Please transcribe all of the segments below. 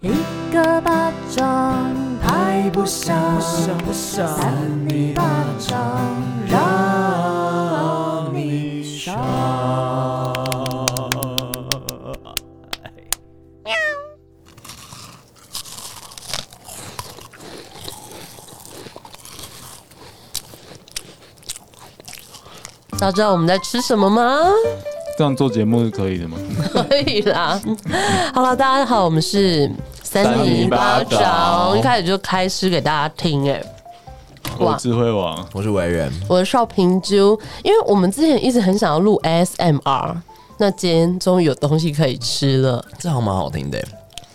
一个巴掌拍不响，不想扇你巴掌让你爽。大家知道我们在吃什么吗？ 这样做节目是可以的吗？可以啦。好了，大家好，我们是三零八三零八掌，掌一开始就开诗给大家听哎、哇我智慧王，我是委员，我的少平啾，因为我们之前一直很想要录 ASMR，那今天终于有东西可以吃了。这好像蛮好听的，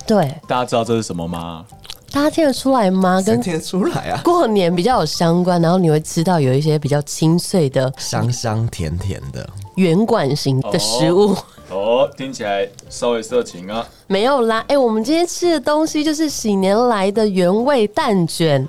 对，大家知道这是什么吗？大家听得出来吗？跟听得出来啊，过年比较有相关，然后你会吃到有一些比较清脆的香香甜甜的，圆管型的食物。哦，听起来稍微色情啊。没有啦，哎、我们今天吃的东西就是喜年来的原味蛋卷。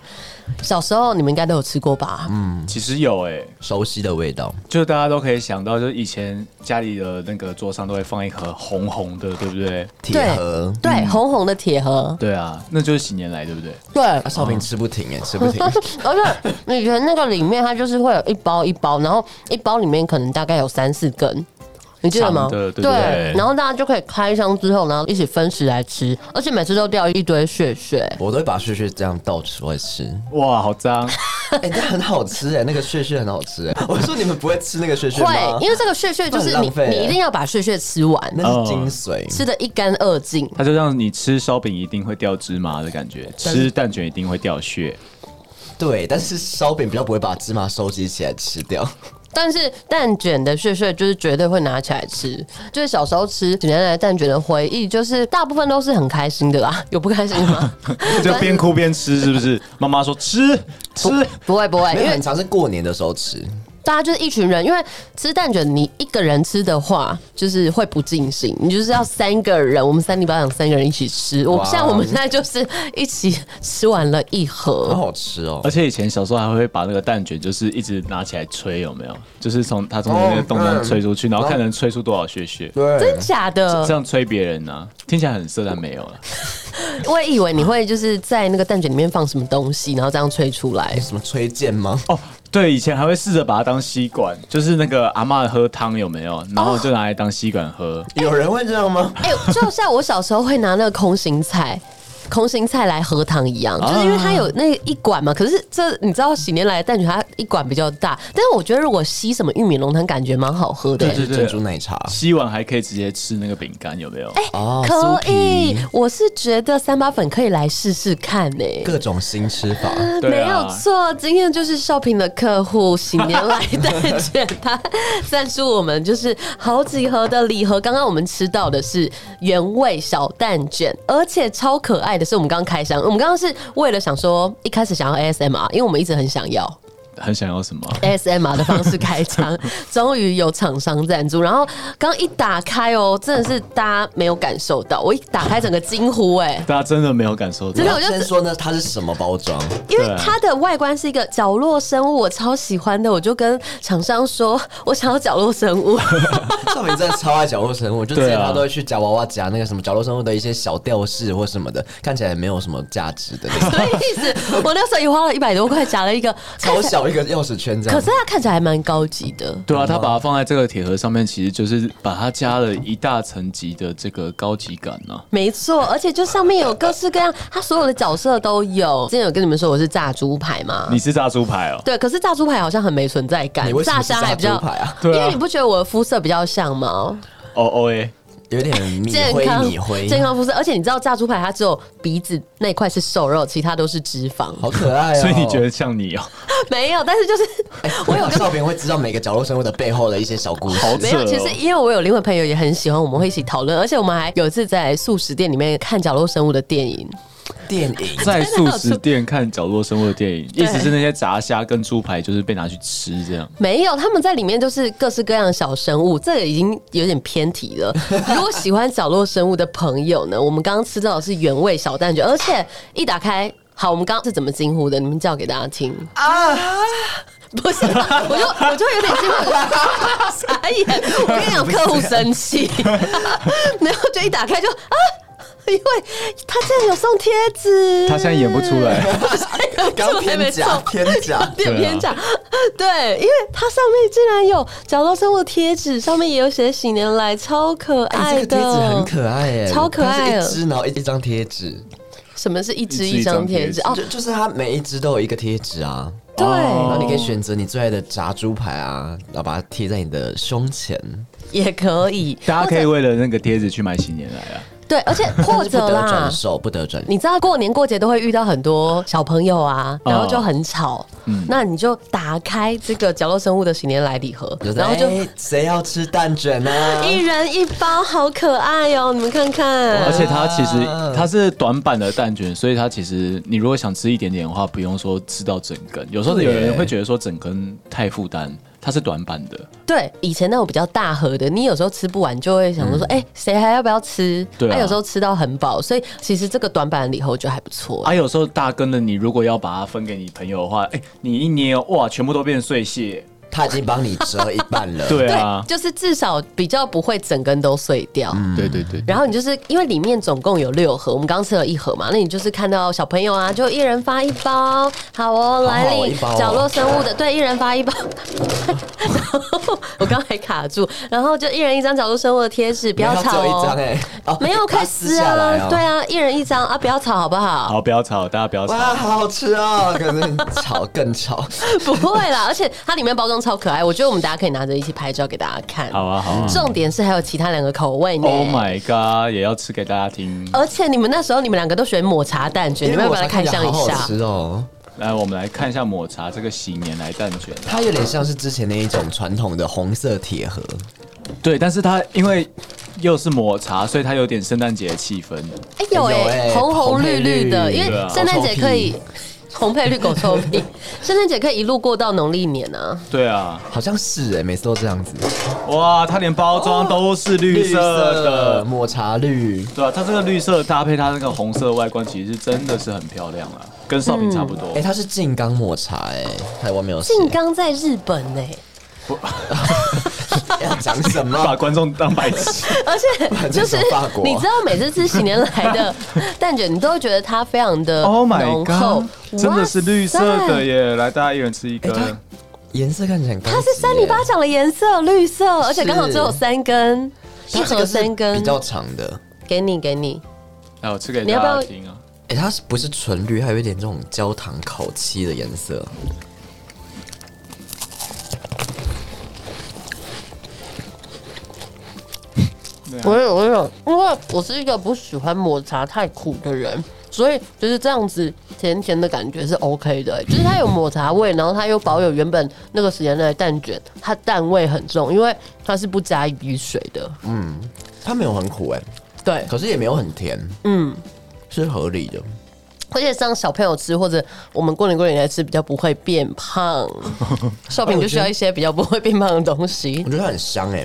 小时候你们应该都有吃过吧？嗯其实有哎、熟悉的味道，就是大家都可以想到，就是以前家里的那个桌上都会放一盒红红的，对不对？铁盒。嗯对，红红的铁盒，对啊，那就是喜年来，对不对？对，啊，少平吃不停哎，吃不停， 而且你觉得那个里面它就是会有一包一包，然后一包里面可能大概有三四根。你记得吗？长的对不对然后大家就可以开箱之后，然后一起分食来吃，而且每次都掉一堆血血。我都会把屑屑这样倒出来吃。哇，好脏！ 哎，这很好吃哎，那个屑屑很好吃哎。我说你们不会吃那个屑屑会吗？，因为这个血血就是那很你浪，费哦你一定要把血血吃完，那是精髓。吃的一干二净。它就让你吃烧饼一定会掉芝麻的感觉，吃蛋卷一定会掉屑。对，但是烧饼比较不会把芝麻收集起来吃掉。但是蛋卷的屑屑就是绝对会拿起来吃，就是小时候吃几年来蛋卷的回忆，就是大部分都是很开心的啦， 有不开心的 吗？就边哭边吃，是不是？妈妈说吃吃，不会不会，没哎因有，为很常是过年的时候吃。大家就是一群人，因为吃蛋卷你一个人吃的话，就是会不尽兴，你就是要三个人，我们三里八掌三个人一起吃。我哇哦像我们现在就是一起吃完了一好盒，好吃哦而！且以前小时候还会把那个蛋卷，就是一直拿起来吹，有没有？就是从它从那个洞中吹出哦去，然后看能吹出多少屑屑，对，假这的，样吹别人呢、啊听起来很色，但没有啊了。我也以为你会就是在那个蛋卷里面放什么东西，然后这样吹出来。什么吹剑吗？ 哦，对，以前还会试着把它当吸管，就是那个阿嬷喝汤有没有？然后就拿来当吸管喝。有人会这样吗？哎、就像我小时候会拿那个空心菜。空心菜来喝汤一啊样，就是因为它有那一管嘛。可是这你知道，喜年来的蛋卷它一管比较大，但是我觉得如果吸什么玉米浓汤，感觉蛮好喝的、对对珍珠奶茶吸完还可以直接吃那个饼干，有没哎有？哦可以酥皮，我是觉得三八粉可以来试试看呢、各种新吃法，对没啊有错，今天就是少平的客户喜年来蛋卷， 他赞助我们就是好几盒的礼盒。刚刚我们吃到的是原味小蛋卷，而且超可爱的是，我们刚刚开箱，我们刚刚是为了想说 一开始想要 ASMR，因为我们一直很想要。很想要什么？ ASMR 的方式开枪，终于有厂商赞助。然后刚一打开哦，真的是大家没有感受到，我一打开整个惊呼哎、大家真的没有感受到真的。我我就先说呢，它是什么包装？ 因为对它的外观是一个角落生物，我超喜欢的，我就跟厂商说，我想要角落生 物。少平真的超爱角落生物，就之对前啊他都会去夹娃娃夹那个什么角落生物的一些小吊饰或什么的，看起来没有什么价值的那种，所以意思，我那时候也花了一百多块夹了一个，超小一个钥匙圈这可样是。它看起来还蛮高级的。对啊，他把它放在这个铁盒上面，其实就是把它加了一大层级的这个高级感呢、没错，而且就上面有各式各样，它所有的角色都有。之前有跟你们说我是炸猪排吗？你是炸猪排哦？对，可是炸猪排好像很没存在感你，为什炸么是虾还比较猪排啊？因对啊为你不觉得我的肤色比较像吗？哦哦哎，有点米健灰康米灰，健康肤色，而且你知道炸猪排它只有鼻子那一块是瘦肉，其他都是脂肪，好可爱哦。 所以你 觉得像你哦？ 没有。但是就是哎， 我有跟少平会知道每个角落生物的背后的一些小故事。好没有，色其哦实因为我有另外朋友也很喜欢，我们会一起讨论，而且我们还有一次在素食店里面看角落生物的电影，电影 在素食店看角落生物的电影，对意思是那些炸虾跟猪排就是被拿去吃这样。没有，他们在里面就是各式各样的小生物，这个已经有点偏题 了。如果喜欢角落生物的朋友呢，我们刚刚吃到的是原味小蛋卷，而且一打开，好，我们刚刚是怎么惊呼的？你们叫给大家听啊！不是，我就我就有点惊呼， 傻眼！我跟你讲，客户生气，然后就一打开就啊。因为他竟然有送贴纸， 他现在演不 出来，刚还没偏假中，偏假 点对啊偏讲， 对，因为它上面竟然有角落生物贴纸，上面也有写“喜年来”，超可哎，爱这个的，贴纸很可爱耶，超可爱它了是一只，然后一一张贴纸，什么是一支一支一一张张贴贴纸？纸哦，就就是它每一只都有一个贴纸啊。对，然后哦你可以选择你最爱的炸猪排啊，然后把它贴在你的胸前。也可以，大家可或以者为了那个贴纸去买喜年来啊。对，而且或但是者不得啦转。手，不得转你知道过年过节都会遇到很多小朋友啊，哦然后就很吵。那你就打开这个角落生物的喜年来礼盒就，是然后就哎谁要吃蛋卷啊呢、 一人一包，好可爱哦！你们看而看，且它其实它是短版的蛋卷，所以它其实你如果想吃一点点的话，不用说吃到整根。有时候有对耶人会觉得说整根太负担，它是短版的。对以前那种比较大盒的，你有时候吃不完就会想说，哎，谁还要不要吃？对啊那有时候吃到很饱，所以其实这个短版的礼盒我觉得还不错。啊，有时候大根的你如果要把它分给你朋友的话，哎、你一捏哇，全部都变碎屑。他已经帮你折一半了。对对啊，，就是至少比较不会整根都碎掉。对对对然后你就是因为里面总共有六盒，我们刚吃了一盒嘛，那你就是看到小朋友啊，就一人发一包，好哦，来好好领一包哦角落生物的，对，一人发一包。 然后我刚还卡住，然后就一人一张角落生物的贴 纸，不没有，要只吵有一张哦。哎、哦 没有，把它快撕撕下来啊！哦。对。啊，一人一张啊，不要吵好不好？好，不要吵，大家不要吵。哇，好好吃哦！可能 吵更吵， 不会啦，而且它里面包装超可爱，我觉得我们大家可以拿着一起拍照给大家看。好啊，好啊。重点是还有其他两个口味呢。 Oh my god，也要吃给大家听。而且你们那时候你们两个都选抹茶蛋哎卷， 你们要不要来看相一因为我才下看？起来好好吃哦，来，我们来看一下抹茶这个喜年来蛋卷。它有点像是之前那一种传统的红色铁盒，对，但是它因为又是抹茶，所以它有点圣诞节的气氛。哎有有哎、哎红红绿绿的，红配绿因为对啊圣诞节可以红配绿狗臭 屁，圣诞节可以一路过到农历年啊。对啊，好像是哎、每次都这样子，哇，它连包装都是绿色的。抹茶绿，对啊，它这个绿色搭配它那个红色外观，其实是真的是很漂亮啊，跟烧饼差不多。哎、它是静冈抹茶哎、台湾没有写。静冈在日本呢、要哎讲什么？把观众当白痴。 而且就正是是法国你知道每次吃喜年来 的蛋卷，你都会觉得它非常的 Oh my 浓厚 god！，真的是绿色哇的塞。耶！来，大家一人吃一根哎。它 颜色看起来很高级它耶，是三里八掌的颜色，绿色，而且刚好只有三根，一它这盒个是三根比，较长的。给你给你。哎，我吃给你要大不要家听啊。哎、它是不是纯绿？还有一点这种焦糖烤漆的颜色。我有我有，因为我是一个不喜欢抹茶太苦的人，所以就是这样子甜甜的感觉是 OK 的、就是它有抹茶味，然后它又保有原本那个时间的蛋卷，它蛋味很重，因为它是不加一滴水的。它没有很苦哎、对，可是也没有很甜，嗯，是合理的。而且像小朋友吃或者我们过年过年来吃，比较不会变 胖。少平就需要一些比较不会变胖的东西我。觉得它很香哎、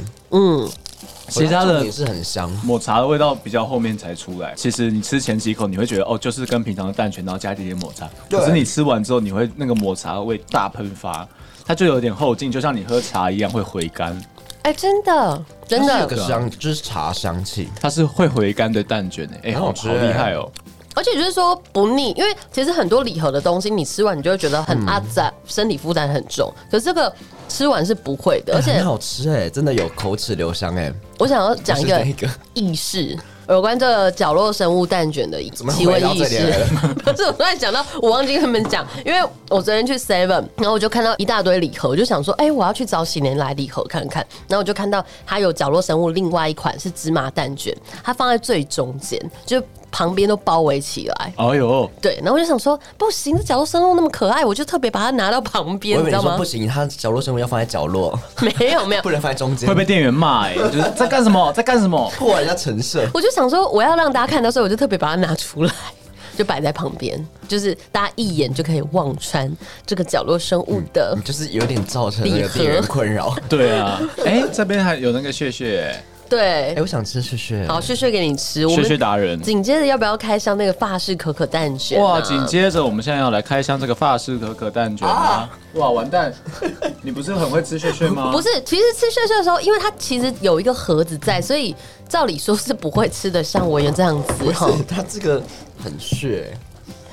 其他的也是很香，抹茶的味道比较后面才出来。其实你吃前几口，你会觉得哦，就是跟平常的蛋卷，然后加一点点抹茶。对可是你吃完之后，你会那个抹茶味大喷发，它就有点后劲，就像你喝茶一样会回甘。哎、真的真它是有的，个香就是茶香气。它是会回甘的蛋卷诶、哎、很好好吃好厉欸害哦、而且就是说不腻，因为其实很多礼盒的东西，你吃完你就会觉得嗯很阿杂，身体负担很重。可是这个吃完是不会的，而哎且很好吃哎、真的有口齿留香哎、我想要讲一个不是那个意识。有关这个角落生物蛋卷的么奇闻回到异这里啊事来了， 不是我突然想到，我忘记跟他们讲，因为我昨天去 Seven，然后我就看到一大堆礼盒，我就想说，哎、我要去找喜年来礼盒看看。然后我就看到它有角落生物，另外一款是芝麻蛋卷，它放在最中间，就旁边都包围起来。哎呦，对，然后我就想说，不行，这角落生物那么可爱，我就特别把它拿到旁边，我以你为你知道说吗不？行，它角落生物要放在角落， 没有没有不，能放在中间，会被店员骂哎、就是 在干什么，在干什么？破人家陈设。我就想说我要让大家看到，所以我就特别把它拿出来。 就摆在旁边，就是大家一眼就可以望穿这个角落生物嗯的 你就是有点造成那个店员困扰，对啊，哎、这边还有那个屑屑、欸，对哎、，我想吃血血，好，雪雪给你吃。我学学们达人。紧接着要不要开箱那个法式可可蛋卷、啊？哇，紧接着我们现在要来开箱这个法式可可蛋卷啊！哇，完蛋！ 你不是很会吃屑屑吗？不，是，其实吃屑屑的时候，因为它其实有一个盒子在，所以照理说是不会吃得像我原这样子不哈。是，它这个很血，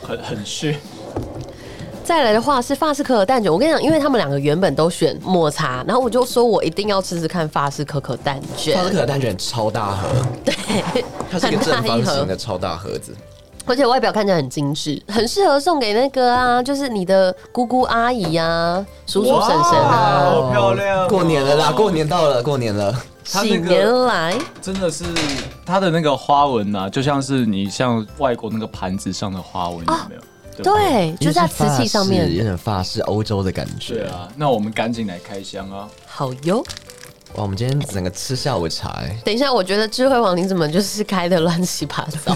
很很屑。再来的话是法式可可蛋卷，我跟你讲，因为他们两个原本都选抹茶，然后我就说我一定要吃吃看法式可可蛋卷它，这个蛋卷超大盒，对，它是一个正 很大一方盒形的超大盒 子。而且外表看起来很精致，很适合送给那个啊，就是你的姑姑阿姨啊、叔叔婶婶啊，哇好漂亮哦过年了啦，过年到了，过年了。它喜那个年来。真的是它的那个花纹呐、就像是你像外国那个盘子上的花纹，有没有？对不对对，就在瓷器上因为是法式面，有点法式欧洲的感对觉。啊，那我们赶紧来开箱啊！好哟。哇，我们今天整个吃下午茶、欸，等一下，我觉得智慧王你怎么就是开的乱七八 糟？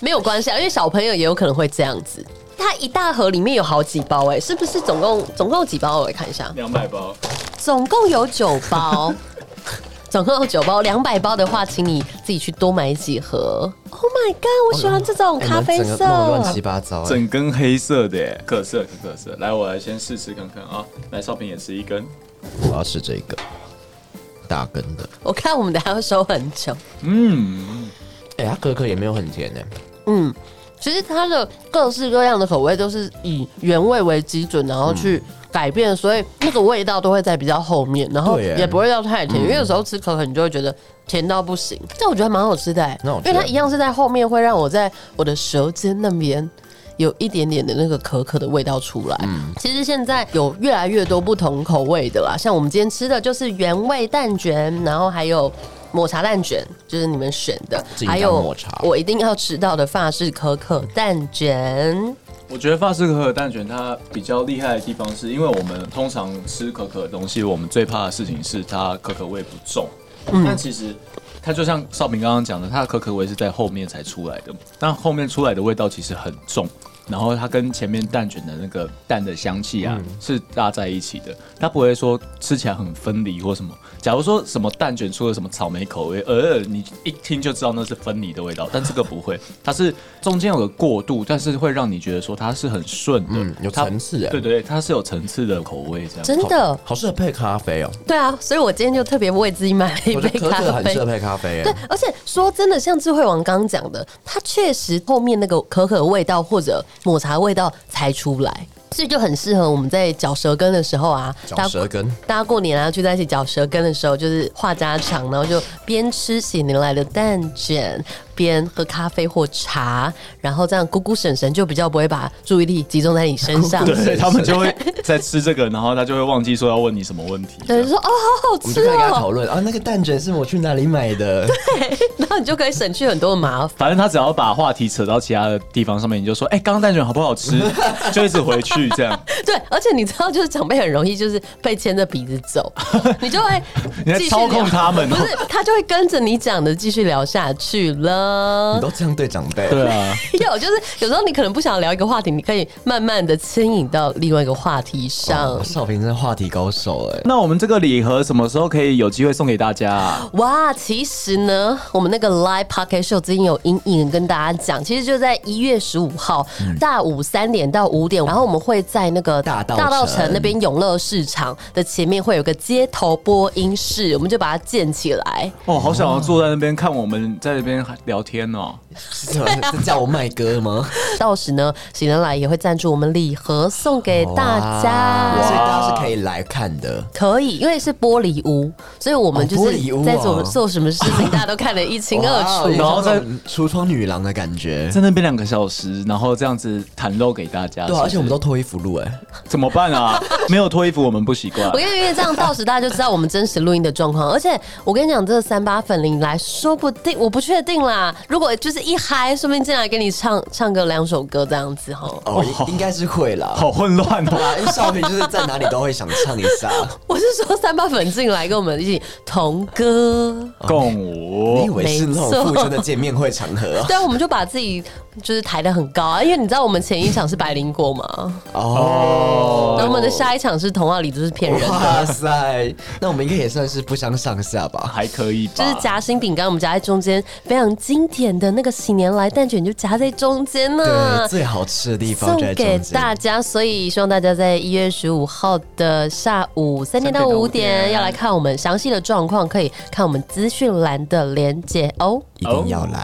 没有关系啊，因为小朋友也有可能会这样子。它一大盒里面有好几包哎、是不是总共总共有几包？我来看一下，两百包，总共有九包， 总共有九包，两百包的话，请你自己去多买几盒。Oh my god，我喜欢这种哎咖啡我们整色啊个，弄得乱七八糟、欸。整根黑色的耶，可色可可色。来，我来先试吃看看啊！来，少平也吃一根。我要吃这个大根的。我看我们等一下要收很久。嗯，哎、它可可也没有很甜哎、嗯，其实它的各式各样的口味都是以原味为基准，然后去改变，所以那个味道都会在比较后面，然后对耶也不会到太甜。因为有时候吃可可，你就会觉得甜到不行，但嗯我觉得蛮好吃的欸耶，那我因为觉得它一样是在后面，会让我在我的舌尖那边。有一点点的那个可可的味道出来。其实现在有越来越多不同口味的啦，像我们今天吃的就是原味蛋卷，然后还有抹茶蛋卷，就是你们选的，金还刚有抹茶我一定要吃到的法式可可蛋卷。我觉得法式可可蛋卷它比较厉害的地方，是因为我们通常吃可可的东西，我们最怕的事情是它可可味不重。嗯但其实它就像少平刚刚讲的，它的可可味是在后面才出来的，但后面出来的味道其实很重。然后它跟前面蛋卷的那个蛋的香气嗯啊、是搭在一起的，它不会说吃起来很分离或什么。假如说什么蛋卷出了什么草莓口味，呃，你一听就知道那是分离的味道，但这个不会，它是中间有个过渡，但是会让你觉得说它是很顺的，嗯有它层次哎对对对，它是有层次的口味这样。真的，好适合配咖啡哦、对啊，所以我今天就特别为自己买了一我杯觉得可咖可很啡适合。配咖啡、欸，对，而且说真的，像智慧王刚刚讲的，它确实后面那个可可味道或者抹茶味道才出来，所以就很适合我们在嚼舌根的时候啊，嚼舌根大家过年啊聚在一起嚼舌根的时候，就是话家常，然后就边吃喜年来的蛋卷，边喝咖啡或茶，然后这样姑姑婶婶就比较不会把注意力集中在你身上。 对他们就会在吃这个，然后他就会忘记说要问你什么问题。对，就说哦，好好我们吃就开始跟他哦，讨论啊，那个蛋卷是我去哪里买 的？然后你就可以省去很多的麻烦。反正他只要把话题扯到其他的地方上面，你就说：“哎、刚刚蛋卷好不好吃？” 就一直回去这样。对，而且你知道，就是长辈很容易就是被牵着鼻子走，你就会你在继续操控聊他们哦不是他就会跟着你讲的继续聊下去了嗯你。都这样对长辈，对啊， 有，就是有时候你可能不想聊一个话题，你可以慢慢的牵引到另外一个话题上哦。少平真的话题高手 哎、那我们这个礼盒什么时候可以有机会送给大家、啊？哇，其实呢，我们那个 Live Pocket Show 最近有隐隐地跟大家讲，其实就在一月十五号下午三点到五点，然后我们会在那个嗯大道城城那边永乐市场的前面会有个街头播音室，我们就把它建起来。哦，好想要坐在那边看我们在那边聊天哦。是什么是叫我卖歌吗？到时呢，喜人来也会赞助我们礼盒送给大哇所以家。大家是可以来看的。可以，因为是玻璃屋，所以我们哦就玻璃屋是啊在做做什么事情，大家都看得一清二哇楚 有。点然后像那再种橱窗女郎的感觉。在那边两个小时，然后这样子袒露给大家。对啊，而且我们都都脱衣服录哎、怎么办啊？没有脱衣服我们不习惯我。跟你讲，因为这样到时大家就知道我们真实录音的状况。而且我跟你讲，这三八粉铃来说不定，我不确定啦。如果就是一嗨，说不定进来给你唱唱个两首歌这样子哈。哦，应应该是会啦。好混 乱哦。啊，因为少平就是在哪里都会想唱一下。我是说三八粉进来跟我们一起同歌，共你舞以，为是那没错种附身的见面会场合、哦？对啊，我们就把自己就是抬得很高啊，因为你知道我们前一场是百灵果嘛，哦然后我们的下一场是童话里就是骗人的。哇塞，那我们应该也算是不相上下吧？还可以吧？就是夹心饼干，我们夹在中间，非常经典的那个喜年来蛋卷就夹在中间呢、对，最好吃的地方送就在给中间。大家，所以希望大家在一月十五号的下午三点到五点要来看我们详细的状况，可以看我们资讯栏的连接哦。一定要来，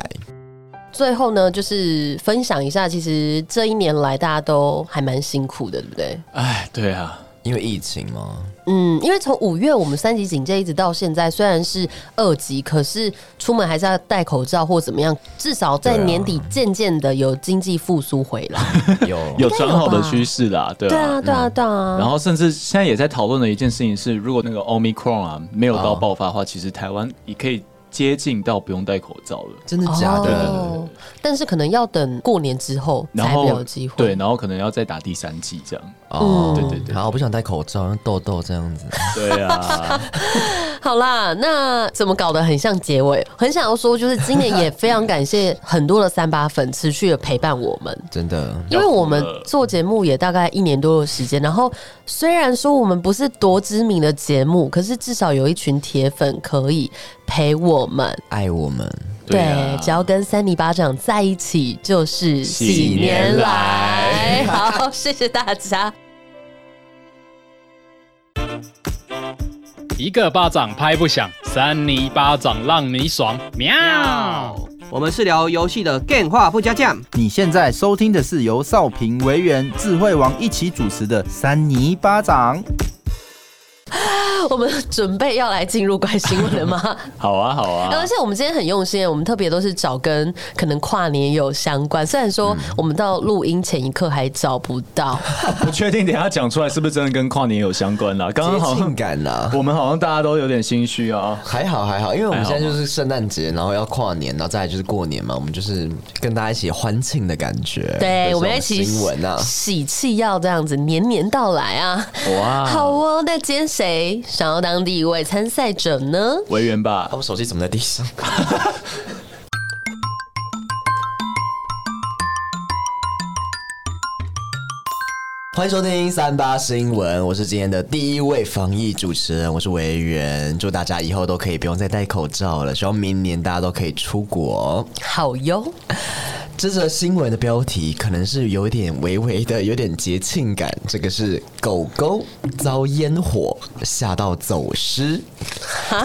最后呢，就是分享一下，其实这一年来大家都还蛮辛苦的，对不对？哎，对啊，因为疫情嘛，嗯，因为从五月我们三级警戒一直到现在，虽然是二级，可是出门还是要戴口罩或怎么样，至少在对啊年底渐渐的有经济复苏回来。有 有吧转好的趋势啦，对 对啊。啊，对啊，对啊。然后甚至现在也在讨论的一件事情是，如果那个 Omicron 啊没有到爆发的话，其实台湾也可以接近到不用戴口罩了。真的假的？哦，但是可能要等过年之后然才后会有机会。对，然后可能要再打第三剂这样。哦，嗯对对对好，我不想戴口罩，像痘痘这样子。对啊，好啦，那怎么搞得很像结尾？很想要说，就是今年也非常感谢很多的三八粉持续的陪伴我们。真的，因为我们做节目也大概一年多的时间，然后虽然说我们不是多知名的节目，可是至少有一群铁粉可以陪我们。爱我们，对啊只要跟三尼巴掌在一起，就是喜年来 好，谢谢大家。一个巴掌拍不响，三泥巴掌让你爽。喵。我们是聊游戏的电话不加酱，你现在收听的是由少平、维园、智慧王一起主持的《三泥巴掌》。我们准备要来进入怪新闻了 吗？呃好啊，好啊而。且我们今天很用心，我们特别都是找跟可能跨年有相关。虽然嗯说我们到录音前一刻还找不到， 不确定等一下讲出来是不是真的跟跨年有相关啦？刚刚好节庆像感啊呐。我们好像大家都有点心虚啊。还好还好，因为我们现在就是圣诞节，然后要跨年，然后再来就是过年嘛，我们就是跟大家一起欢庆的感觉。对，有我们要一这种起新闻啊， 喜气要这样子年年到来啊！哇好哦，那今天谁想要当第一位参赛者呢？维园吧啊，，我手机怎么在地上？ 欢迎收听三八新闻，我是今天的第一位防疫主持人，我是维园，祝大家以后都可以不用再戴口罩了，希望明年大家都可以出国。好哟，这则新闻的标题可能是有一点微微的，有点节庆感。这个是狗狗遭烟火吓到走失，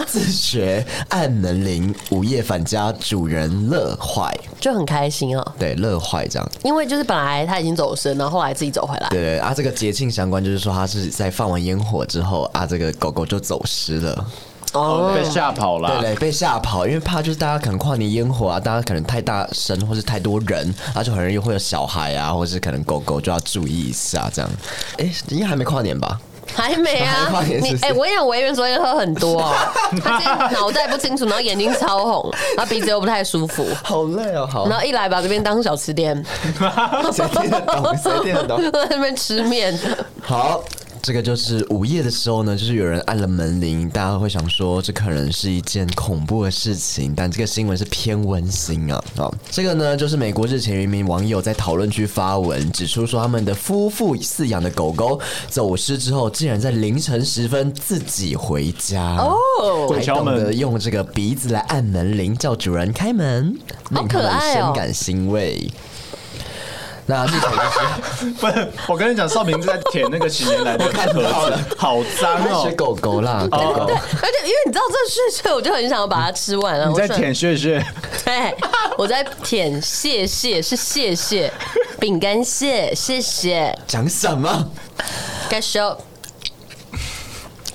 自学按门铃，午夜返家，主人乐坏， 就很开心哦，对，乐坏这样。因为就是本来他已经走失，然后后来自己走回来。对啊，这个节庆相关就是说，它是在放完烟火之后啊，这个狗狗就走失了。哦被吓跑对啦。嘞，被吓跑，因为怕就是大家可能跨年烟火啊，大家可能太大声或是太多人，啊，就很容易会有小孩啊，或是可能狗狗就要注意一下这样。哎、应该还没跨年吧？还没啊 还跨！年你是不是哎、我跟你讲，维园昨天喝很多、 哦，他今天脑袋不清楚，然后眼睛超红，然后鼻子又不太舒服，好累哦，好然后一来把这边当小吃 店， 谁听得懂？谁听得懂？ 在那边吃面。好，这个就是午夜的时候呢，就是有人按了门铃，大家会想说这可能是一件恐怖的事情，但这个新闻是偏温馨啊。好，这个呢就是美国日前有一名网友在讨论区发文指出说，他们的夫妇饲养的狗狗走失之后，竟然在凌晨时分自己回家哦，还懂得用这个鼻子来按门铃叫主人开门，好令他可们爱哦深感欣慰。那日前就是。不是，我跟你讲，少明在舔那个喜年来的盒子， 好脏他哦学。狗狗啦，狗狗。 而且因为你知道这是所以我就很想要把它吃完啊。你我在想舔血血，对，我在舔蟹蟹，是蟹蟹，饼干蟹，谢谢，讲什么？该收。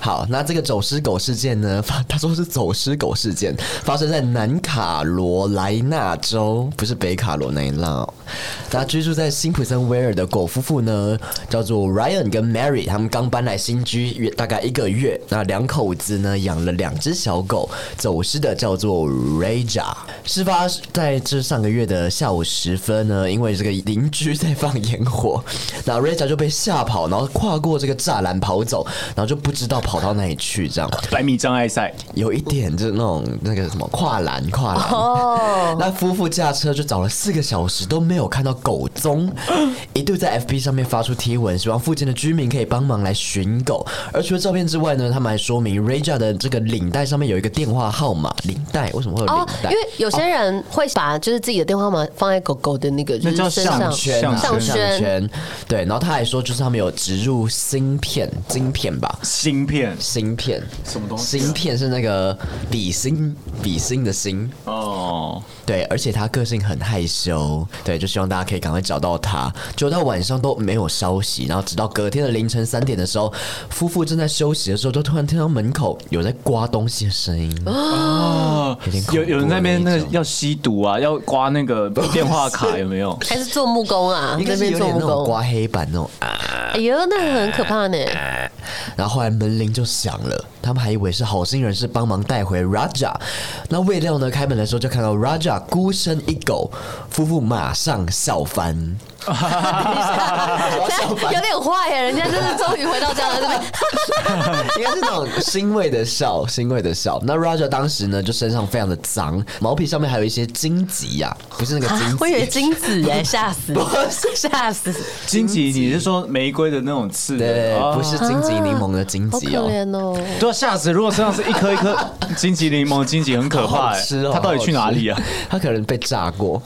好，那这个走失狗事件呢？ 发他说是走失狗事件，发生在南卡罗来纳州，不是北卡罗来纳、哦。那居住在辛普森维尔的狗夫妇呢，叫做 Ryan 跟 Mary，他们刚搬来新居约大概一个月。那两口子呢养了两只小狗，走失的叫做 Raja。事发在这上个月的下午时分呢，因为这个邻居在放烟火， 那 Raja 就被吓跑，然后跨过这个栅栏跑走，然后就不知道跑到哪里去，这样百米障碍赛，有一点就是那 种那个什么跨栏跨栏。哦，那夫妇驾车就找了四个小时都没有有看到狗 踪，一度在 FB 上面发出贴文，希望附近的居民可以帮忙来寻狗。而除了照片之外呢，他们还说明 Raja 的这个领带上面有一个电话号码，领带为什么会有领哦，带？因为有些人会把就是自己的电话号码放在狗狗的那个就那是叫身项上，圈啊，项项圈圈。对，然后他还说，就是他们有植入芯片，晶片吧，芯片芯片什么东西啊芯片是那个比心，比心的心。哦，对，而且他个性很害羞，对，就希望大家可以赶快找到他。就到晚上都没有消息，然后直到隔天的凌晨三点的时候，夫妇正在休息的时候，就突然听到门口有在刮东西的声音。啊哦点恐怖有有人在那边那那个种要吸毒啊，要刮那 个电话卡有没有？还是做木工啊，应该那是边有做点木那种工。刮黑板那种啊，哎呦，那很可怕呢。然后后来门铃就响了，他们还以为是好心人士帮忙带回 Raja，那未料呢，开门的时候就看到 Raja 孤身一狗，夫妇马上笑翻，笑翻有点坏耶，人家真是终于回到家了，对不 对？应该是那种欣慰的笑，欣慰的笑。那 Raja 当时呢，就身上非常的脏，毛皮上面还有一些荆棘呀、不是那个荆棘， 我以为金 子哎，吓死，吓死，荆棘，你是说玫瑰的那种刺的？对对哦对，不是荆棘柠檬的荆好棘可哦。怜哦。对啊，吓死！如果身上是一颗一 颗荆棘柠檬，荆棘很可好怕、好欸。吃哦，它到底去哪里啊好？好吃？他可能被炸过。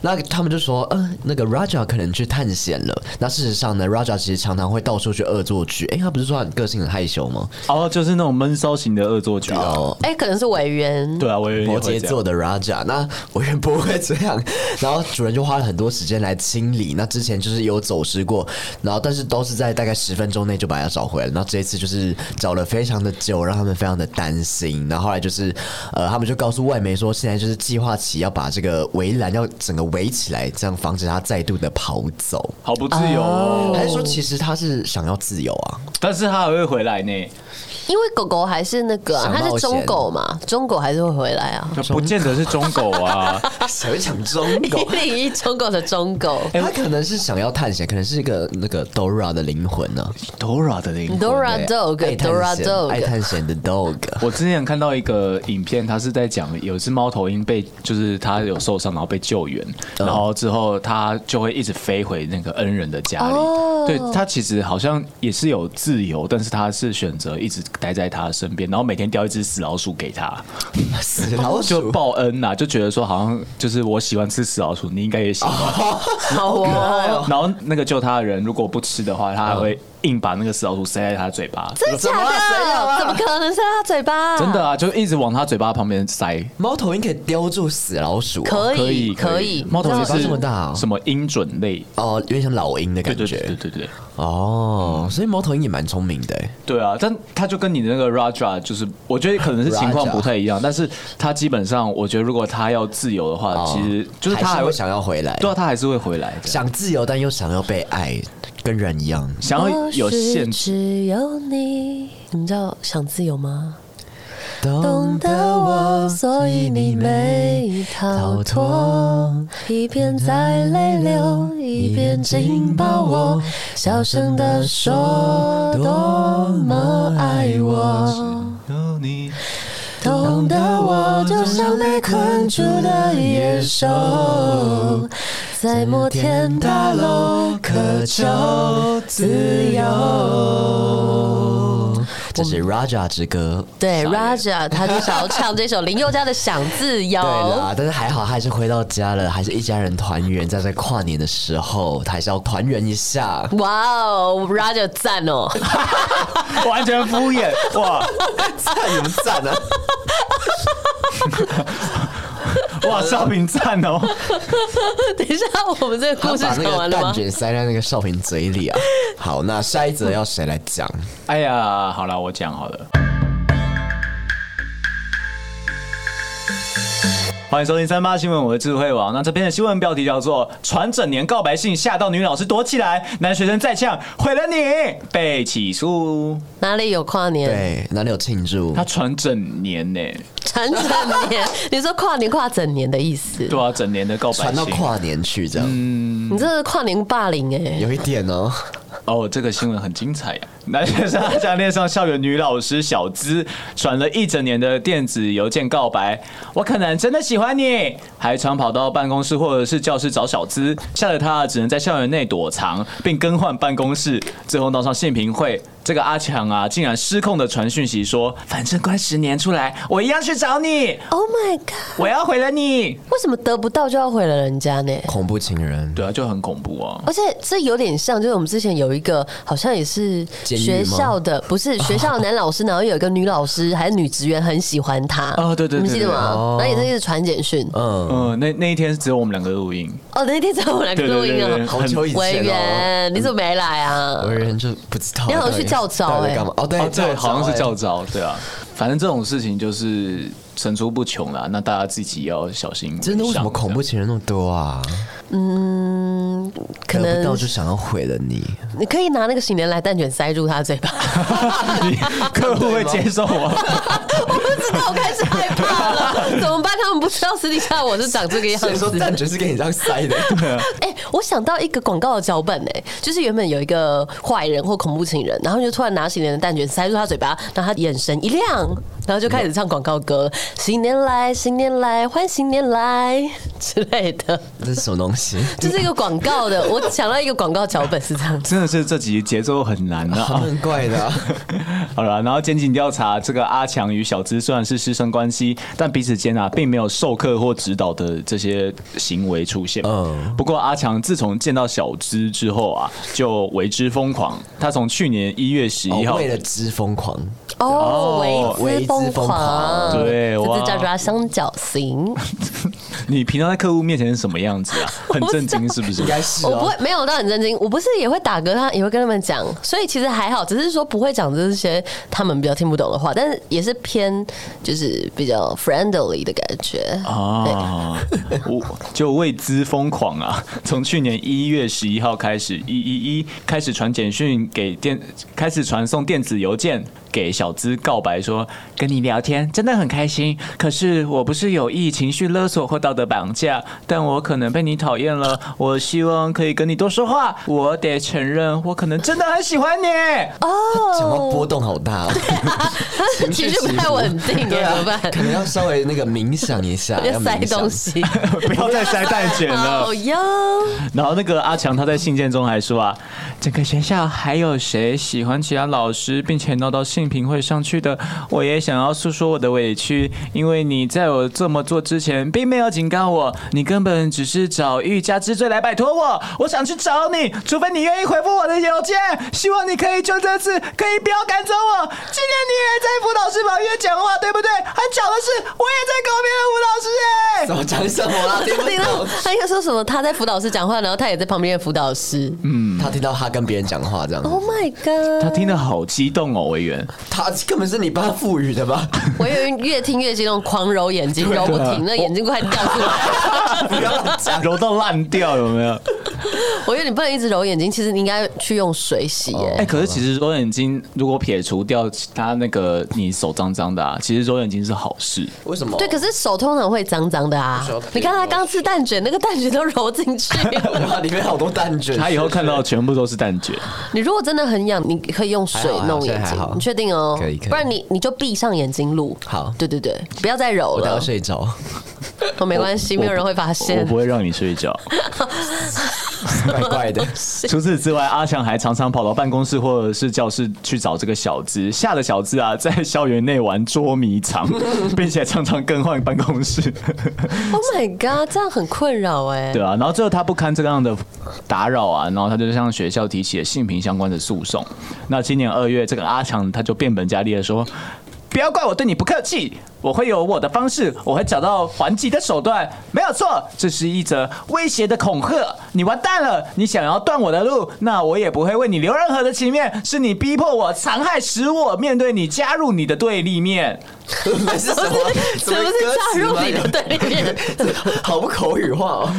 那他们就说，嗯、那个 Raja 可能去探险了。那事实上呢，Raja 其实常常会到处去恶作剧。哎、他不是说他个性很害羞吗？哦，就是那种闷骚型的恶作剧啊。哦，哎，可能是委员，对啊，我也摩会这羯样座的 Raja，那我也不会这样。然后主人就花了很多时间来清理。那之前就是有走失过，然后但是都是在大概十分钟内就把它找回来。然后这一次就是找了非常的久，让他们非常的担心。然后后来就是呃，他们就告诉外媒说，现在就是计划起要把这个围栏要整个围起来，这样防止它再度的跑走。好不自由哦，还是说其实他是想要自由啊？但是它还会回来呢，因为狗狗还是那个啊，想冒它险是中狗嘛，中狗还是会回来啊。那不见得是忠狗啊。谁会讲中 狗？ 另一中狗的中狗哎他可能是想要探险，可能是一个那个 Dora 的灵魂呢、 Dora 的灵，Dora 爱探 dog，Dora 险爱 dog，探险的 dog。我之前看到一个影片，它是在讲有一只猫头鹰被，就是它有受伤，然后被救援，然后之后它就会一直飞回那个恩人的家里。哦对，它其实好像也是有自由，但是它是选择一直待在它身边，然后每天叼一只死老鼠给它，死老就鼠，报恩呐、就觉得说好像就是我喜欢吃死老鼠，你应该也喜欢。好哦，然后那个救它的人如果不吃的话，他还会硬把那个死老鼠塞在它嘴巴。真的假的？怎么可能是它嘴巴？啊真的啊，就一直往它嘴巴旁边塞，猫头鹰可以叼住死老鼠哦、可可以以可以，猫头鹰嘴巴是这么大哦什么鹰隼类？哦，有点像老鹰的感啊对觉对对对对对哦，所以猫头鹰也蛮聪明的欸。对啊！但它就跟你那个 Raja 就是，我觉得可能是情况 Raja 不太一样，但是它基本上，我觉得如果它要自由的话，哦其实就是它还还是会会，想要回来，对啊，它还是会回来的，想自由但又想要被爱，跟人一样。想要有或限许制。只有你，你们知道想自由吗？嗯懂得我，所以你没逃脱。一边在泪流一边紧抱我嗯小声地说多么爱我。有你，痛的我就像被困住的野兽，在摩天大楼渴求自由。这是 Raja 之歌。对，Raja 他就想要唱这首林宥嘉的《想自由对》。啦，但是还好，他还是回到家了，还是一家人团圆，在这跨年的时候，他还是要团圆一下。哇哦，Raja 赞哦！ 完全敷衍哇赞你们赞啊！ 哇，少平赞哦，等一下，我们这个 他故事把讲那个完了蛋吗？卷塞在那个少平嘴里啊。好，那下一则要谁来讲？哎呀，好了，我讲好了。欢迎收听三八新闻，我是智慧王。那这篇的新闻标题叫做“传整年告白信吓到女老师躲起来，男学生再呛毁了你”，被起诉。哪里有跨 年？对，哪里有庆祝他？传整年呢、传整年？你说跨年跨整年的意思？对啊，整年的告白传到信。跨年去这样，嗯你这是跨年霸凌哎！有一点哦。哦，这个新闻很精彩呀、 男学生爱上恋上校园女老师小资，传了一整年的电子邮件告白，我可能真的喜欢你，还常跑到办公室或者是教室找小资，吓得他只能在校园内躲藏，并更换办公室，最后闹上性平会。这个阿强啊，竟然失控的传讯息说，反正关十年出来，我一样去找你， Oh my god！我要回了你。为什么得不到就要毁了人家呢？恐怖情人，对啊，就很恐怖啊。而且哦这有点像，就是我们之前有一个好像也是监狱吗学校的，不是学校的男 老师，然后有一个女老师还是女职员很喜欢他。哦对对对你们记得对吗？然后也是一直传简讯。嗯，嗯，那那一天只有我们两个录音，哦，那天在我们两个对对录对音对，啊，好久以 委前哦，员，你怎么没来啊？我人就不知道你好到像底去教招到底欸干嘛？哦，对哦，对，招好像是欸教招，对啊，反正这种事情就是层出不穷啦，那大家自己要小心。真的为什么恐怖？情人那么多啊？嗯，可得不能到就想要毁了你，你可以拿那个洗年来蛋卷塞入他嘴巴。 客户会接 受吗？我不知道，我开始害怕了， 怎么办？他们不知道私底下我是长这个样所 以说子。蛋卷是给你这样塞的，哎、我想到一个广告的脚本、哎，就是原本有一个坏人或恐怖情人，然后就突然拿洗年的蛋卷塞入他嘴巴，然后他眼神一亮，然后就开始唱广告歌：“新年来，新年来，欢新年来”之类的，这是什么东 西？这是一个广告的。我想到一个广告脚本是这样子。真的是这集节奏很难啊。很怪的啊、 好了，然后监警调查，这个阿强与小资虽然是师生关系，但彼此间啊并没有授课或指导的这些行为出现。嗯嗯，不过阿强自从见到小资之后啊，就为之疯狂。他从去年一月十一哦号为了之疯狂，哦，为为之之疯疯狂，狂对这哇只叫做它三角形。 你平常在客户面前是什么样子 啊？很震惊是不是应？该是、哦、我不会没有到很震惊，我不是也会打嗝，他也会跟他们讲，所以其实还好，只是说不会讲这些他们比较听不懂的话，但是也是偏就是比较 friendly 的感觉。啊，我就为之疯狂啊！ 从去年一月十一号开始，一一一开始传简讯给电，开始传送电子邮件给小资告白说，跟你聊天真的很开心。可是我不是有意情绪勒索或道德绑架，但我可能被你讨厌了。我希望可以跟你多说话。我得承认，我可能真的很喜欢你。哦讲话波动好大、哦， 情绪不太稳定耶，啊怎么办？啊可能要稍微那个冥想一下，要塞冥想 东。西， 不要再塞蛋卷了好。呀！ 然后那个阿强他在信件中还说啊，整个学校还有谁喜欢其他老师，并且闹到性评会上去的？我也想要诉说我的委屈，因为你在我这么做之前，并没有警告我，你根本只是找欲加之罪来摆脱我。我想去找你，除非你愿意回复我的邮件，希望你可以就这次可以不要赶走我。今天你也在辅导室旁边讲话，对不对？很巧的是，我也在隔壁的辅导室哎、怎么讲什么啦？啊 听不对懂。他应该说什么？他在辅导室讲话，然后他也在旁边的辅导室。他听到他跟别人讲话这样， Oh my god！他听得好激动哦，委员。他根本是你帮他赋予的吧？我有越听越激动，狂揉眼睛，揉不停，那眼睛快掉出来。 不要讲。揉到烂掉有没有？我觉得你不能一直揉眼睛，其实你应该去用水洗耶哎、。可是其实揉眼睛，如果撇除掉它那个你手脏脏的啊，其实揉眼睛是好事。为什么？对，可是手通常会脏脏的啊需要！你看他刚吃蛋卷，那个蛋卷都揉 进去。哇，里面好多蛋卷。他以后看到全部都是蛋卷，你如果真的很痒，你可以用水弄眼还好还好现在还睛好，你确定哦？可以可以不然你你就闭上眼睛录。好对对对，不要再揉我都要了，睡着。哦，没关系，没有人会发我现不。会让你睡觉。怪怪 的，除此之外，阿强还常常跑到办公室或者是教室去找这个小资，吓得小资啊在校园内玩捉迷藏，并且常常更换办公室。 Oh my god，这样很困扰哎。对啊，然后最后他不堪这样的打扰啊，然后他就向学校提起了性平相关的诉讼。那今年二月，这个阿强他就变本加厉的说。不要怪我对你不客气，我会有我的方式，我会找到还击的手段，没有错。这是一则威胁的恐吓，你完蛋了！你想要断我的路，那我也不会为你留任何的情面，是你逼迫我、残害、使我面对你，加入你的对立面。那是什么？怎么是加入你的歌对 立面？词吗？好不口语化 哦。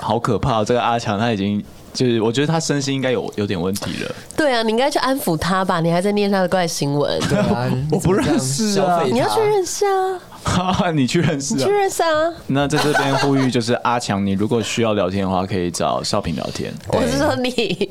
好可怕、这个阿强他已经就是，我觉得他身心应该有有点问题了。对啊，你应该去安抚他吧，你还在念他的怪新闻。对啊，我不认识啊消费他你要去认识啊！哈哈， 你去认识你啊去？认识啊？那在这边呼吁就是阿强，你如果需要聊天的话，可以找少平聊天。我是说你，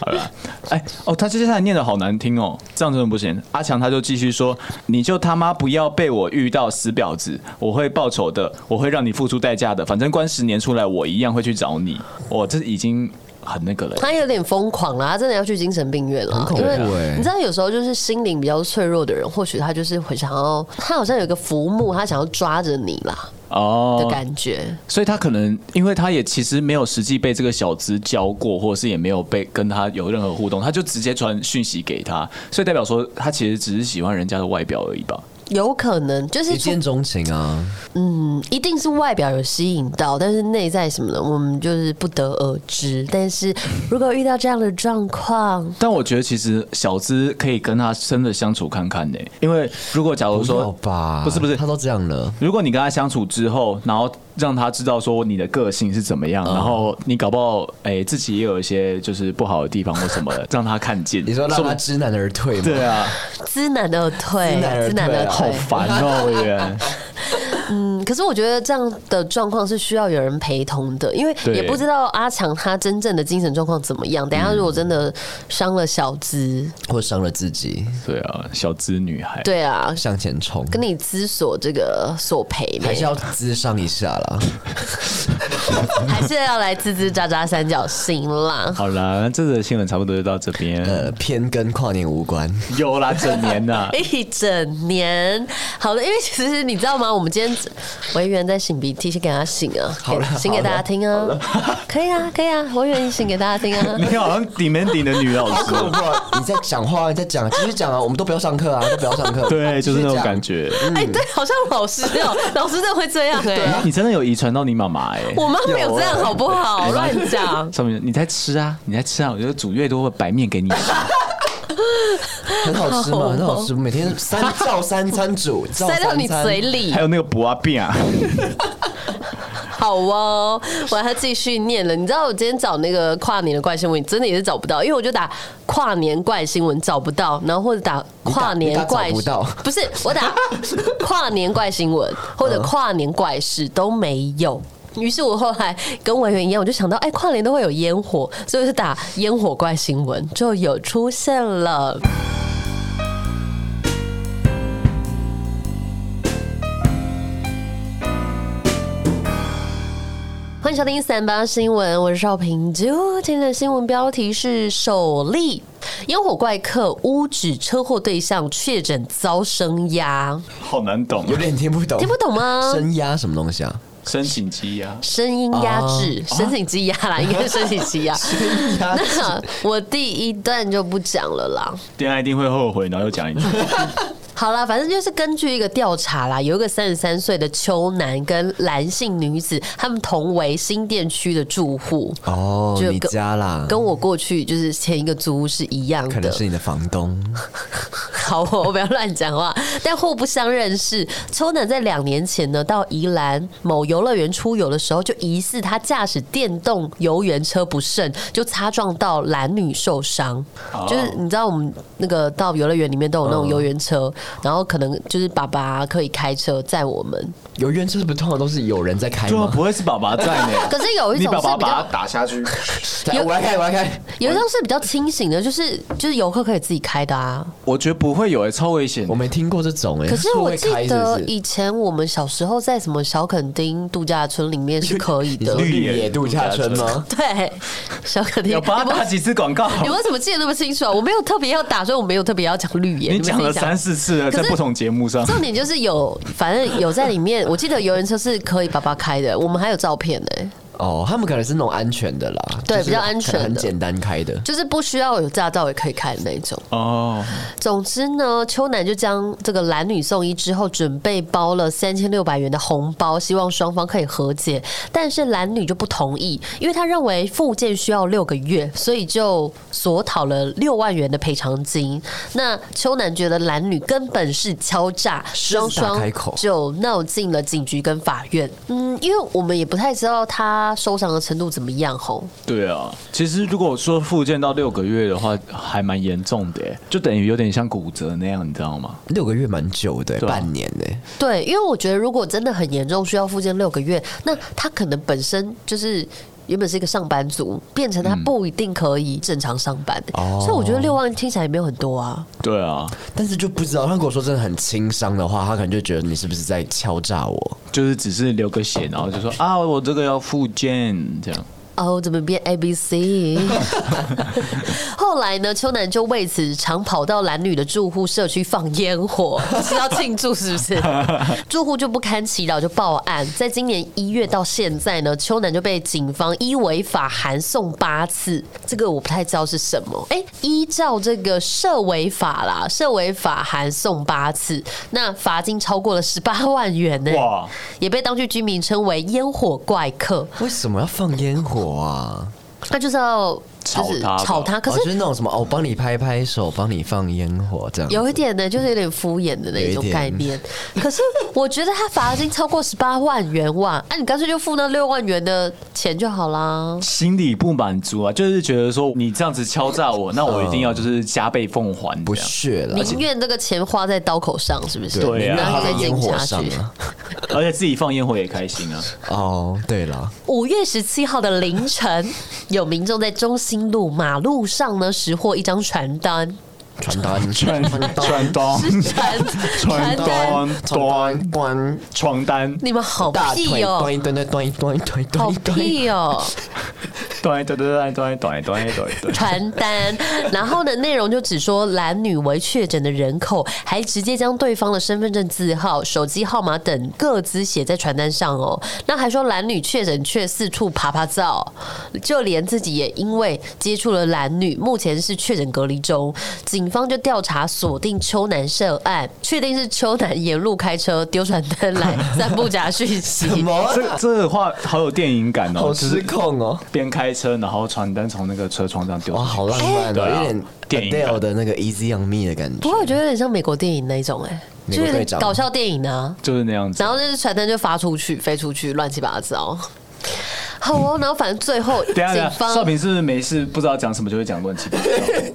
好了，哎、哦，他接下来念的好难听哦，这样真的不行。阿强他就继续说：“你就他妈不要被我遇到死婊子，我会报仇的，我会让你付出代价的，反正关十年出来，我一样会去找你。”我这已经很那个了。他有点疯狂了，他真的要去精神病院了很。恐因怖为欸你知道，有时候就是心灵比较脆弱的人，或许他就是会想要，他好像有一个浮木，他想要抓着你啦的哦，感觉。所以他可能，因为他也其实没有实际被这个小资教过，或者是也没有被跟他有任何互动，他就直接传讯息给他，所以代表说他其实只是喜欢人家的外表而已吧。有可能就是一出见钟情啊，一定是外表有吸引到，但是内在什么的，我们就是不得而知。但是如果遇到这样的状况，但我觉得其实小资可以跟他真的相处看看呢、因为如果假如不要说，吧，不是不是他都这样了，如果你跟他相处之后，然后让他知道说你的个性是怎么样，嗯然后你搞不好哎、自己也有一些就是不好的地方或什 么的，让他看见。你说让不他知难而退吗？对啊，知难而退，知难而退啊好烦哦，耶！嗯，可是我觉得这样的状况是需要有人陪同的，因为对也不知道阿强他真正的精神状况怎么嗯样。等一下如果真的伤了小资，或伤了自己，对啊，小资女孩。对啊，向前冲，跟你资所这个索赔呢，还是要咨商一下 啦。 还是要来吱吱喳喳三角形啦。好啦，那这则新闻差不多就到这边。呃，偏跟跨年无 关，有啦，整年 呐、一整年，好的，因为其实你知道吗？我们今天维园在擤鼻涕，先给他擤啊，好了给擤给大家听啊，可以啊，可以啊，我愿意擤给大家听 啊。你好像顶门顶的女老师，你在讲话，你在讲，继续讲啊，我们都不要上课啊，都不要上课， 对，就是继那种续讲感。觉。嗯哎、对，好像老师哦、老师真的会这样哎、你真的有遗传到你妈妈哎、我妈没有这啊样，好不好？乱 讲。上面你在吃啊，你在吃啊，我觉得煮越多白面给你吃。很好吃吗？很好吃，每天三照三餐煮，照 塞到你三餐嘴。里 还，有那个补啊饼啊，好哦！我还要继续念了。你知道我今天找那个跨年的怪新闻，真的也是找不到，因为我就打跨年怪新闻找不到，然后或者打你打跨年你打怪找不到不是我打跨年怪新闻或者跨年怪事都没有。于是我后来跟委员一样，我就想到，哎，跨年都会有烟火，所以我就打烟火怪新闻，就有出现了。欢迎收听三八新闻，我是邵平。今天的新闻标题是：首例烟火怪客污指车祸对象确诊遭生压，好难懂、有点听不懂，听不懂吗？生压什么东西啊？申请鸡呀、声音压制，啊申请积压 啦，应该是申请积压。 那我第一段就不讲了啦。等一下一定会后悔，然后又讲一句。好啦，反正就是根据一个调查啦，有一个三十三岁的邱男跟蓝姓女子，他们同为新店区的住户，哦，就你跟家啦，跟我过去就是前一个租屋是一样可能的。是你的房东， 好，我不要乱讲话。但互不相认识，邱男在两年前呢，到宜兰某游乐园出游的时候，就疑似他驾驶电动游园车不慎，就擦撞到蓝女受伤。哦就是你知道我们那个到游乐园里面都有那种游园车，哦然后可能就是爸爸可以开车载我们。有冤车不是通常都是有人在开对啊，吗？不会是爸爸在 呢、可是有一你种爸是爸比较把他打下去，来哎我来开，我来开。有一种是比较清醒的，就是就是游客可以自己开的啊。我觉得不会有哎、超危险我。没听过这种哎、可是我是记不得是以前我们小时候在什么小垦丁度假村里面是可以你 说的，绿野度假村吗？对，小垦丁有帮他你们打几次广告？你为什么记得那么清楚啊？我没有特别要打，所以我没有特别要讲绿野。你们讲了自己三。四次了，可是在不同节目上。重点就是有，反正有在里面。我记得游人车是可以爸爸开的，我们还有照片呢、哦，他们可能是那种安全的啦，对就是比较安全的很简单开的。就是不需要有驾照也可以开的那种。哦，总之呢，秋楠就将这个蓝女送医之后，准备包了三千六百元的红包，希望双方可以和解。但是蓝女就不同意，因为她认为复健需要六个月，所以就索讨了六万元的赔偿金。那秋楠觉得蓝女根本是敲诈，狮双子大双开口就闹进了警局跟法院。嗯，因为我们也不太知道她它受伤的程度怎么样吼？对啊，其实如果说复健到六个月的话，还蛮严重的耶，就等于有点像骨折那样，你知道吗？六个月蛮久的、对啊半年的、对，因为我觉得如果真的很严重，需要复健六个月，那他可能本身就是。原本是一个上班族，变成他不一定可以正常上班，哦所以我觉得六万听起来也没有很多啊。对啊，但是就不知道，他如果说真的很轻伤的话，他可能就觉得你是不是在敲诈我？就是只是流个血，然后就说啊，我这个要复健这样。哦，怎么变 A B C？后来呢，秋楠就为此常跑到蓝女的住户社区放烟火，是要庆祝是不是？住户就不堪其扰，就报案。在今年一月到现在呢，秋楠就被警方依违法函送八次，这个我不太知道是什么。哎、依照这个社违法啦，社违法函送八次，那罚金超过了十八万元呢、哇也被当地居民称为烟火怪客。为什么要放烟火啊？他就是要就是炒他吧炒他，可哦就是是那种什么哦，我帮你拍拍手，帮你放烟火这样子。有一点呢，就是有点敷衍的那有一种点概念。可是我觉得他罚金超过十八万元哇，那、你干脆就付那六万元的钱就好啦。心里不满足啊，就是觉得说你这样子敲诈我，那我一定要就是加倍奉还不这样。屑了，而宁且愿这个钱花在刀口上，是不是？对啊然后花再在烟警火察上啊局。了。而且自己放烟火也开心啊。哦，对了，五月十七号的凌晨，有民众在中心路马路上呢拾获一张传单，传单， 传传传单，传单，传单，关床单，你们好大腿屁哦、端一端，端一端，端一好端，端一端。屁哦、端端端端端端端端。传单，然后呢，内容就只说蓝女为确诊的人口，还直接将对方的身份证字号、手机号码等各资写在传单上哦。那还说蓝女确诊却四处爬爬照，就连自己也因为接触了蓝女，目前是确诊隔离中。警方就调查锁定邱南涉案，确定是邱南沿路开车丢传单来散布假讯息。什么？这这个话好有电影感哦，好就失是控哦！边开车，然后传单从那个车窗上丢。哇，好浪漫对哦，啊有点电影感 Adele 的那个 Easy on Me 的感觉不。过我觉得有点像美国电影那一种、哎，美就国有队点长搞笑电影呢、啊。就是那样子然。后那只传单就发出去，飞出去，乱七八糟。好哦，然后反正最后嗯等一下，等警一下，少方。平是不是没事不知道讲什么就会 讲乱七八糟？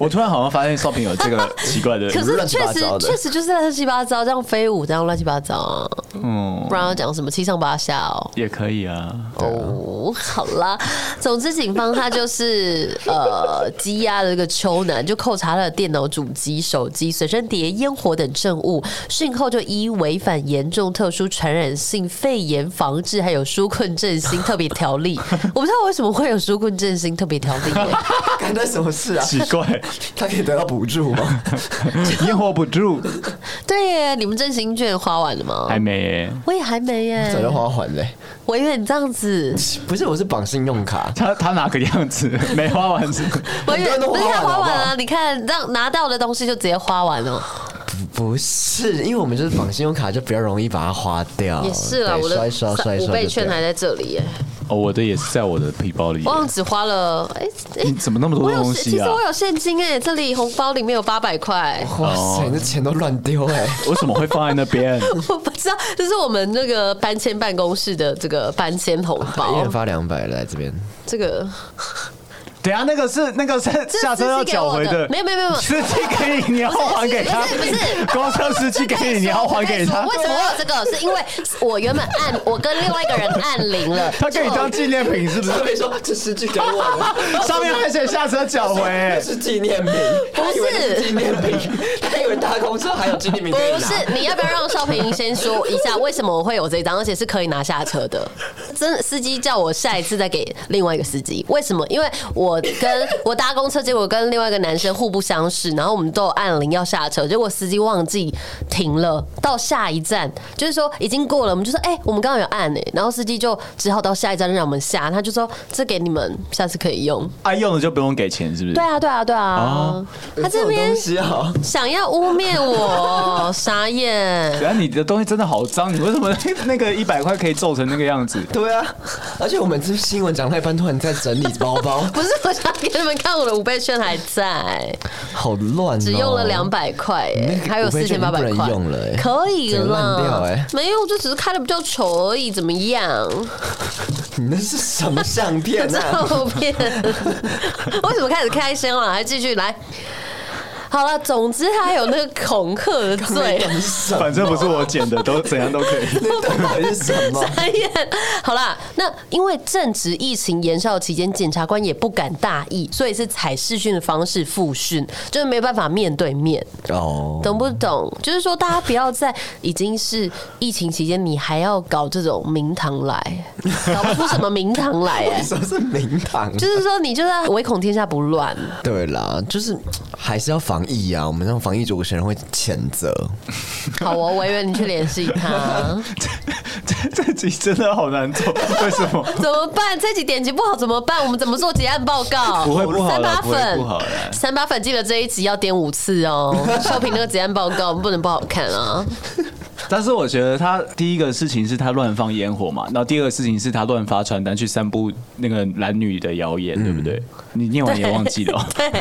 我突然好像发现少平有这个奇怪的，可是乱七确八实糟的确实就是乱七八糟，这样飞舞，这样乱七八糟啊，嗯，不然要讲什么七上八下哦。也可以啊。哦， 好啦，总之警方他就是呃羁押了这个邱男，就扣查了电脑主机、手机、随身碟、烟火等证物，讯后就依违反严重特殊传染性肺炎防治还有纾困振兴特别条 例，我不知道为什么会有纾困振兴特别条例耶、干的什么事啊？奇怪，他可以得到补助吗？烟火不住，对耶，你们振兴券花完了吗哎还？没耶。我也还没耶早，就花还嘞。我以为你这样 子，不是，我是绑信用卡。他他哪个样子？ 没花完是？我以为很多不人是都花完了他花完好不了，你看让拿到的东西就直接花完了。不是，因为我们就是绑信用卡，就比较容易把它花掉。也是啦，对我的刷一刷刷一刷就对了。五倍券还在这里耶，哦，我的也是在我的皮包里耶我。好像只花了哎哎你怎么那么我多有东其西实啊？我有现金哎，这里红包里面有八百 块。哇塞，那钱都乱丢哎！为什么会放在那 边？我不知道，这是我们那个搬迁办公室的这个搬迁红一哎包人，发两百来这边，这个等一下那个是那个是这是下车要司机给缴我回的，没有没有 没有，司机给你，你要还给他。不是不是公车司 机给你，你要还给他哎我。跟你说为什么我有这个？是因为我原本按，我跟另外一个人按铃了。 他给你当纪念品是不是？以说这是句给我的，上面还写下车缴回、是纪念品，他以为那是纪念品，他以为搭公车还有纪念品不是，你要不要让少平先说一下为什么我会有这一张，而且是可以拿下车的？真的，司机叫我下一次再给另外一个司机，为什么？因为我跟 我搭公车，结果跟另外一个男生互不相识，然后我们都有按铃要下车，结果司机忘记停了，到下一站就是说已经过了，我们就说哎、我们刚刚有按哎、然后司机就只好到下一站让我们下，他就说这给你们，下次可以用。爱用的就不用给钱，是不是？对啊，对啊，对啊，哦他这边呃东。西啊，想要污蔑我， 傻眼。然后你的东西真的好脏，你为什么 那个一百块可以皱成那个样子？对啊，而且我们这新闻讲到一半，突然在整理包包，不是，我想给你们看我的五倍券还在， 好乱，哦只用了两。百块耶，那个还有五四倍券千八百不能块用了耶可以整个烂掉啦耶。没有，就只是开的比较丑而已，怎么样？你那是什么相片 啊？照片。为什么开始开声了？还继续来。好了，总之他有那个恐吓 的罪。你什么？反正不是我剪的，都怎样都可 以。那到底是什么？傻眼。好啦，那因为正值疫情延烧期间，检察官也不敢大意，所以是采视讯的方式复讯，就是没办法面对面， 哦，懂不懂？就是说，大家不要在已经是疫情期间，你还要搞这种名堂 来，搞不出什么名堂来、哎，什么是名堂？就是说，你就是要唯恐天下不乱。对啦，就是还是要防疫啊。我们让防疫主持人会谴责，好哦，委员，你去联系 他，这这集真的好难做，为什么？怎么办？这集点击不好怎么办？我们怎么做结案报告？不会不好三啦八不会粉不好啦三八粉记得这一集要点五 次哦。秀平那个结案报告，我们不能不好看啊。但是我觉得他第一个事情是他乱放烟火嘛，然后第二个事情是他乱发传单去散布那个男女的谣言，对不对？你念完也忘记了哦。嗯对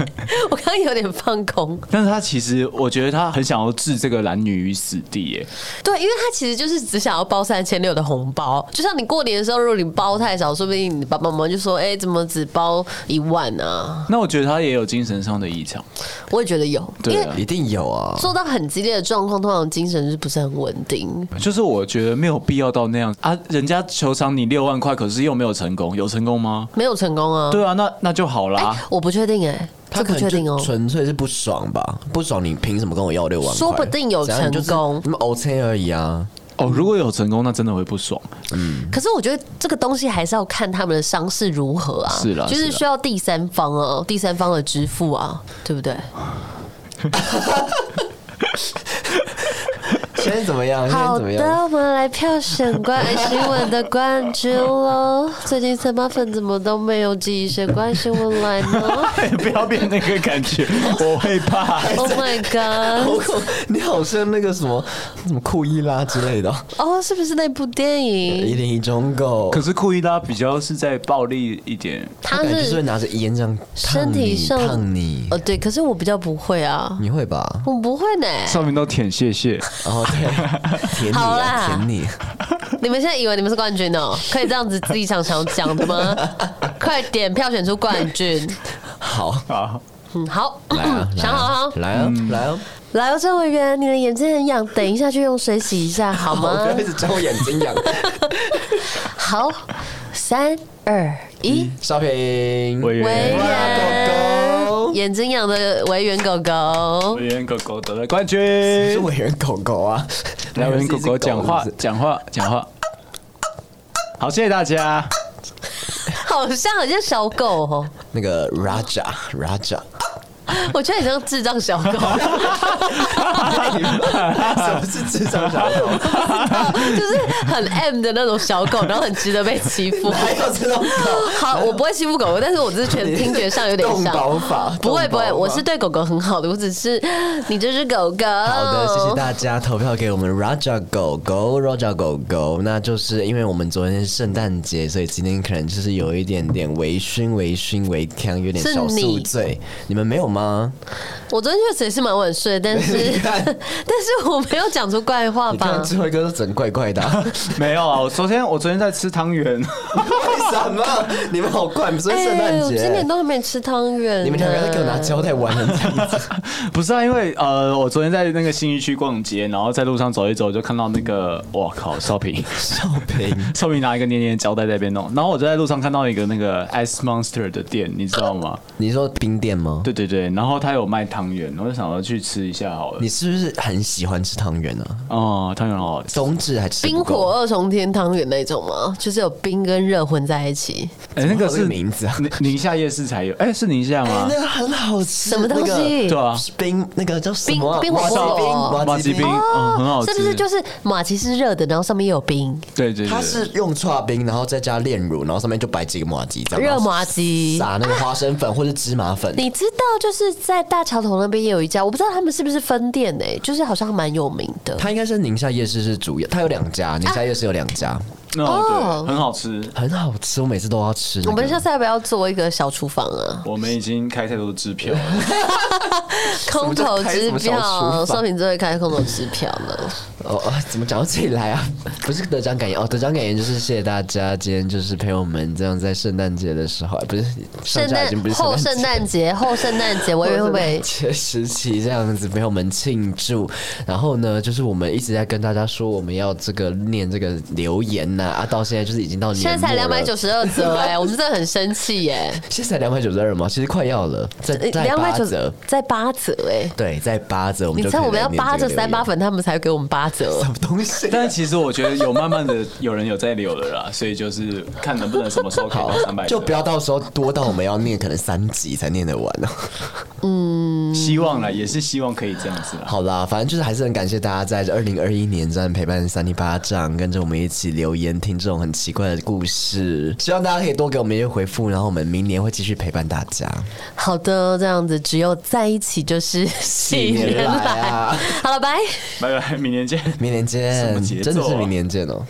我刚刚有点放空， 但是他其实，我觉得他很想要置这个男女于死地耶。对，因为他其实就是只想要包三千六的红包，就像你过年的时候，如果你包太少，说不定你爸爸妈妈就说：“哎、怎么只包一万啊那我觉得他也有精神上的异常，？”我也觉得有，因对为啊，一定有啊。做到很激烈的状况，通常精神是不是很稳定？就是我觉得没有必要到那样啊。人家求偿你六万块，可是又没有成功，有成功吗？没有成功啊。对啊，那那就好啦。我不确定哎、他这可不能确定哦就。纯粹是不爽吧？不爽，你凭什么跟我要六万块？说不定有怎样你就是成功那么 OK 而已啊。哦，如果有成功，那真的会不爽。 可是我觉得这个东西还是要看他们的伤势如何啊，是啦就是是啦需要第三方啊，第三方的支付啊，对不对？现哎在怎么样？现在好怎么的样？，我们来票选关爱新闻的冠军喽。最近三八粉怎么都没有寄一些关爱新闻来呢不要变那个感觉，我会怕。 ？Oh my 好 god！恐，你好像那个什么什么库伊拉之类的哦，哦，是不是那部电一影？零一忠狗可。是库伊拉比较是在暴力一点，他感觉就是会是拿着烟这样烫身体你，上烫你，呃，对，可是我比较不会啊，你会吧？我不会呢。上面都舔屑 屑。 哦，对，舔你好啦啊，舔你，你们现在以为你们是冠军哦、可以这样子自己常常讲的吗？快点票选出冠军。好，嗯，好，来啊，来 想好啊了，哈。来啊，来啊，来哦，郑委员，你的眼睛很痒，等一下去用水洗一下好我吗不？要一直叫我眼睛 痒。好，三二一，少平，委委员，员狗狗眼睛痒的委员狗狗委，员狗狗得了冠军。是委员狗狗啊，来，委员狗狗讲话是不，是讲话，讲话。好，谢谢大家。好像很像小狗哦、那个 Raja Raja，我觉得你像智障小狗， 什么是智障小狗？就是很 M 的那种小狗，然后很值得被欺负。还有这种狗好，我不会欺负狗狗，但是我只是觉得听觉上有点动像。保法？不会动不保会，法我是对狗狗很好的，我只是你这只狗狗。好好的，谢谢大家投票给我们 Raja 狗狗，Raja 狗狗。那就是因为我们昨天是圣诞节，所以今天可能就是有一点点微醺、微醺、微呛，有点是小宿你醉。你们没有吗？我昨天确实也是蛮晚睡，但 是 但是我没有讲出怪话你看吧？智慧哥都整怪怪的啊、没有啊，我昨天我昨天在吃汤圆， 为什么？你们好怪，不是圣诞哎我今节？年都还没吃汤圆呢。你们两个在给我拿胶带玩很像不是啊，因为呃，我昨天在那个新一区逛街，然后在路上走一走，就看到那个，哇靠，少平， 少平，少平拿一个黏黏胶带在那边弄，然后我就在路上看到一个那个 Ice Monster 的店，你知道吗？你说冰店吗？对对对，然后他有卖汤圆，我就想要去吃一下好了你。是不是很喜欢吃汤圆啊？哦，汤圆好好吃。冬至还吃不冰够火二重天汤圆那种吗？就是有冰跟热混在一起，哎、那个这是个名字啊宁宁夏夜市才有。哎、是宁夏吗哎？那个很好吃，什么东西？对啊，冰那个叫什么啊？冰冰火麻吉锅冰，麻吉冰，哦嗯，很好吃。是不是就是马其是热的，然后上面也有冰，对对对，它是用刨冰，然后再加炼乳，然后上面就摆几个马吉，这样热麻吉撒那个花生粉或者芝麻粉。你知道，就是在大桥头那边也有一家，我不知道他们是不是分店呢、就是好像蛮有名的。啊它应该是宁夏夜市是主要，它有两家，宁夏夜市有两家， ，snow，哦对，很好吃。很好吃，我每次都要吃、那个我们下次要不要做一个小厨房啊？我们已经开太多支票了， 空头支什么叫开什么小厨票，房少平真的开空头支票了。哦，啊怎么讲到这里来啊？ 不是得奖感言哦，得奖感言就是谢谢大家，今天就是陪我们这样在圣诞节的时候，哎不是上圣架已经不诞是后圣圣诞节诞节，后圣诞 节，我以为会不会节时期这样子陪我们庆祝，然后呢，就是我们一直在跟大家说我们要这个念这个留言呐、啊，到现在就是已经到年现在才两百九十，十二折 哎、我们真的很生气耶、现在才两百九十二吗？其实快要了，再再呃两百八九折十，在八折哎、对，再八折，我们你就知道可以我们来要念这八个折留三八言粉，他们才会给我们八折。哦什么东西？但其实我觉得有慢慢的有人有在留了啦，所以就是看能不能什么时候可以好到三百，，就不要到时候多到我们要念可能三集才念得完哦。希望啦，也是希望可以这样子啦。好啦，反正就是还是很感谢大家在二零二一年这样陪伴三零八丈，跟着我们一起留言，听这种很奇怪的故事。希望大家可以多给我们一些回复，然后我们明年会继续陪伴大家。好的，这样子只有在一 起就是喜年年来来。啊好了，拜。拜拜，明年见。明年什么见，节奏啊真的是明年见哦、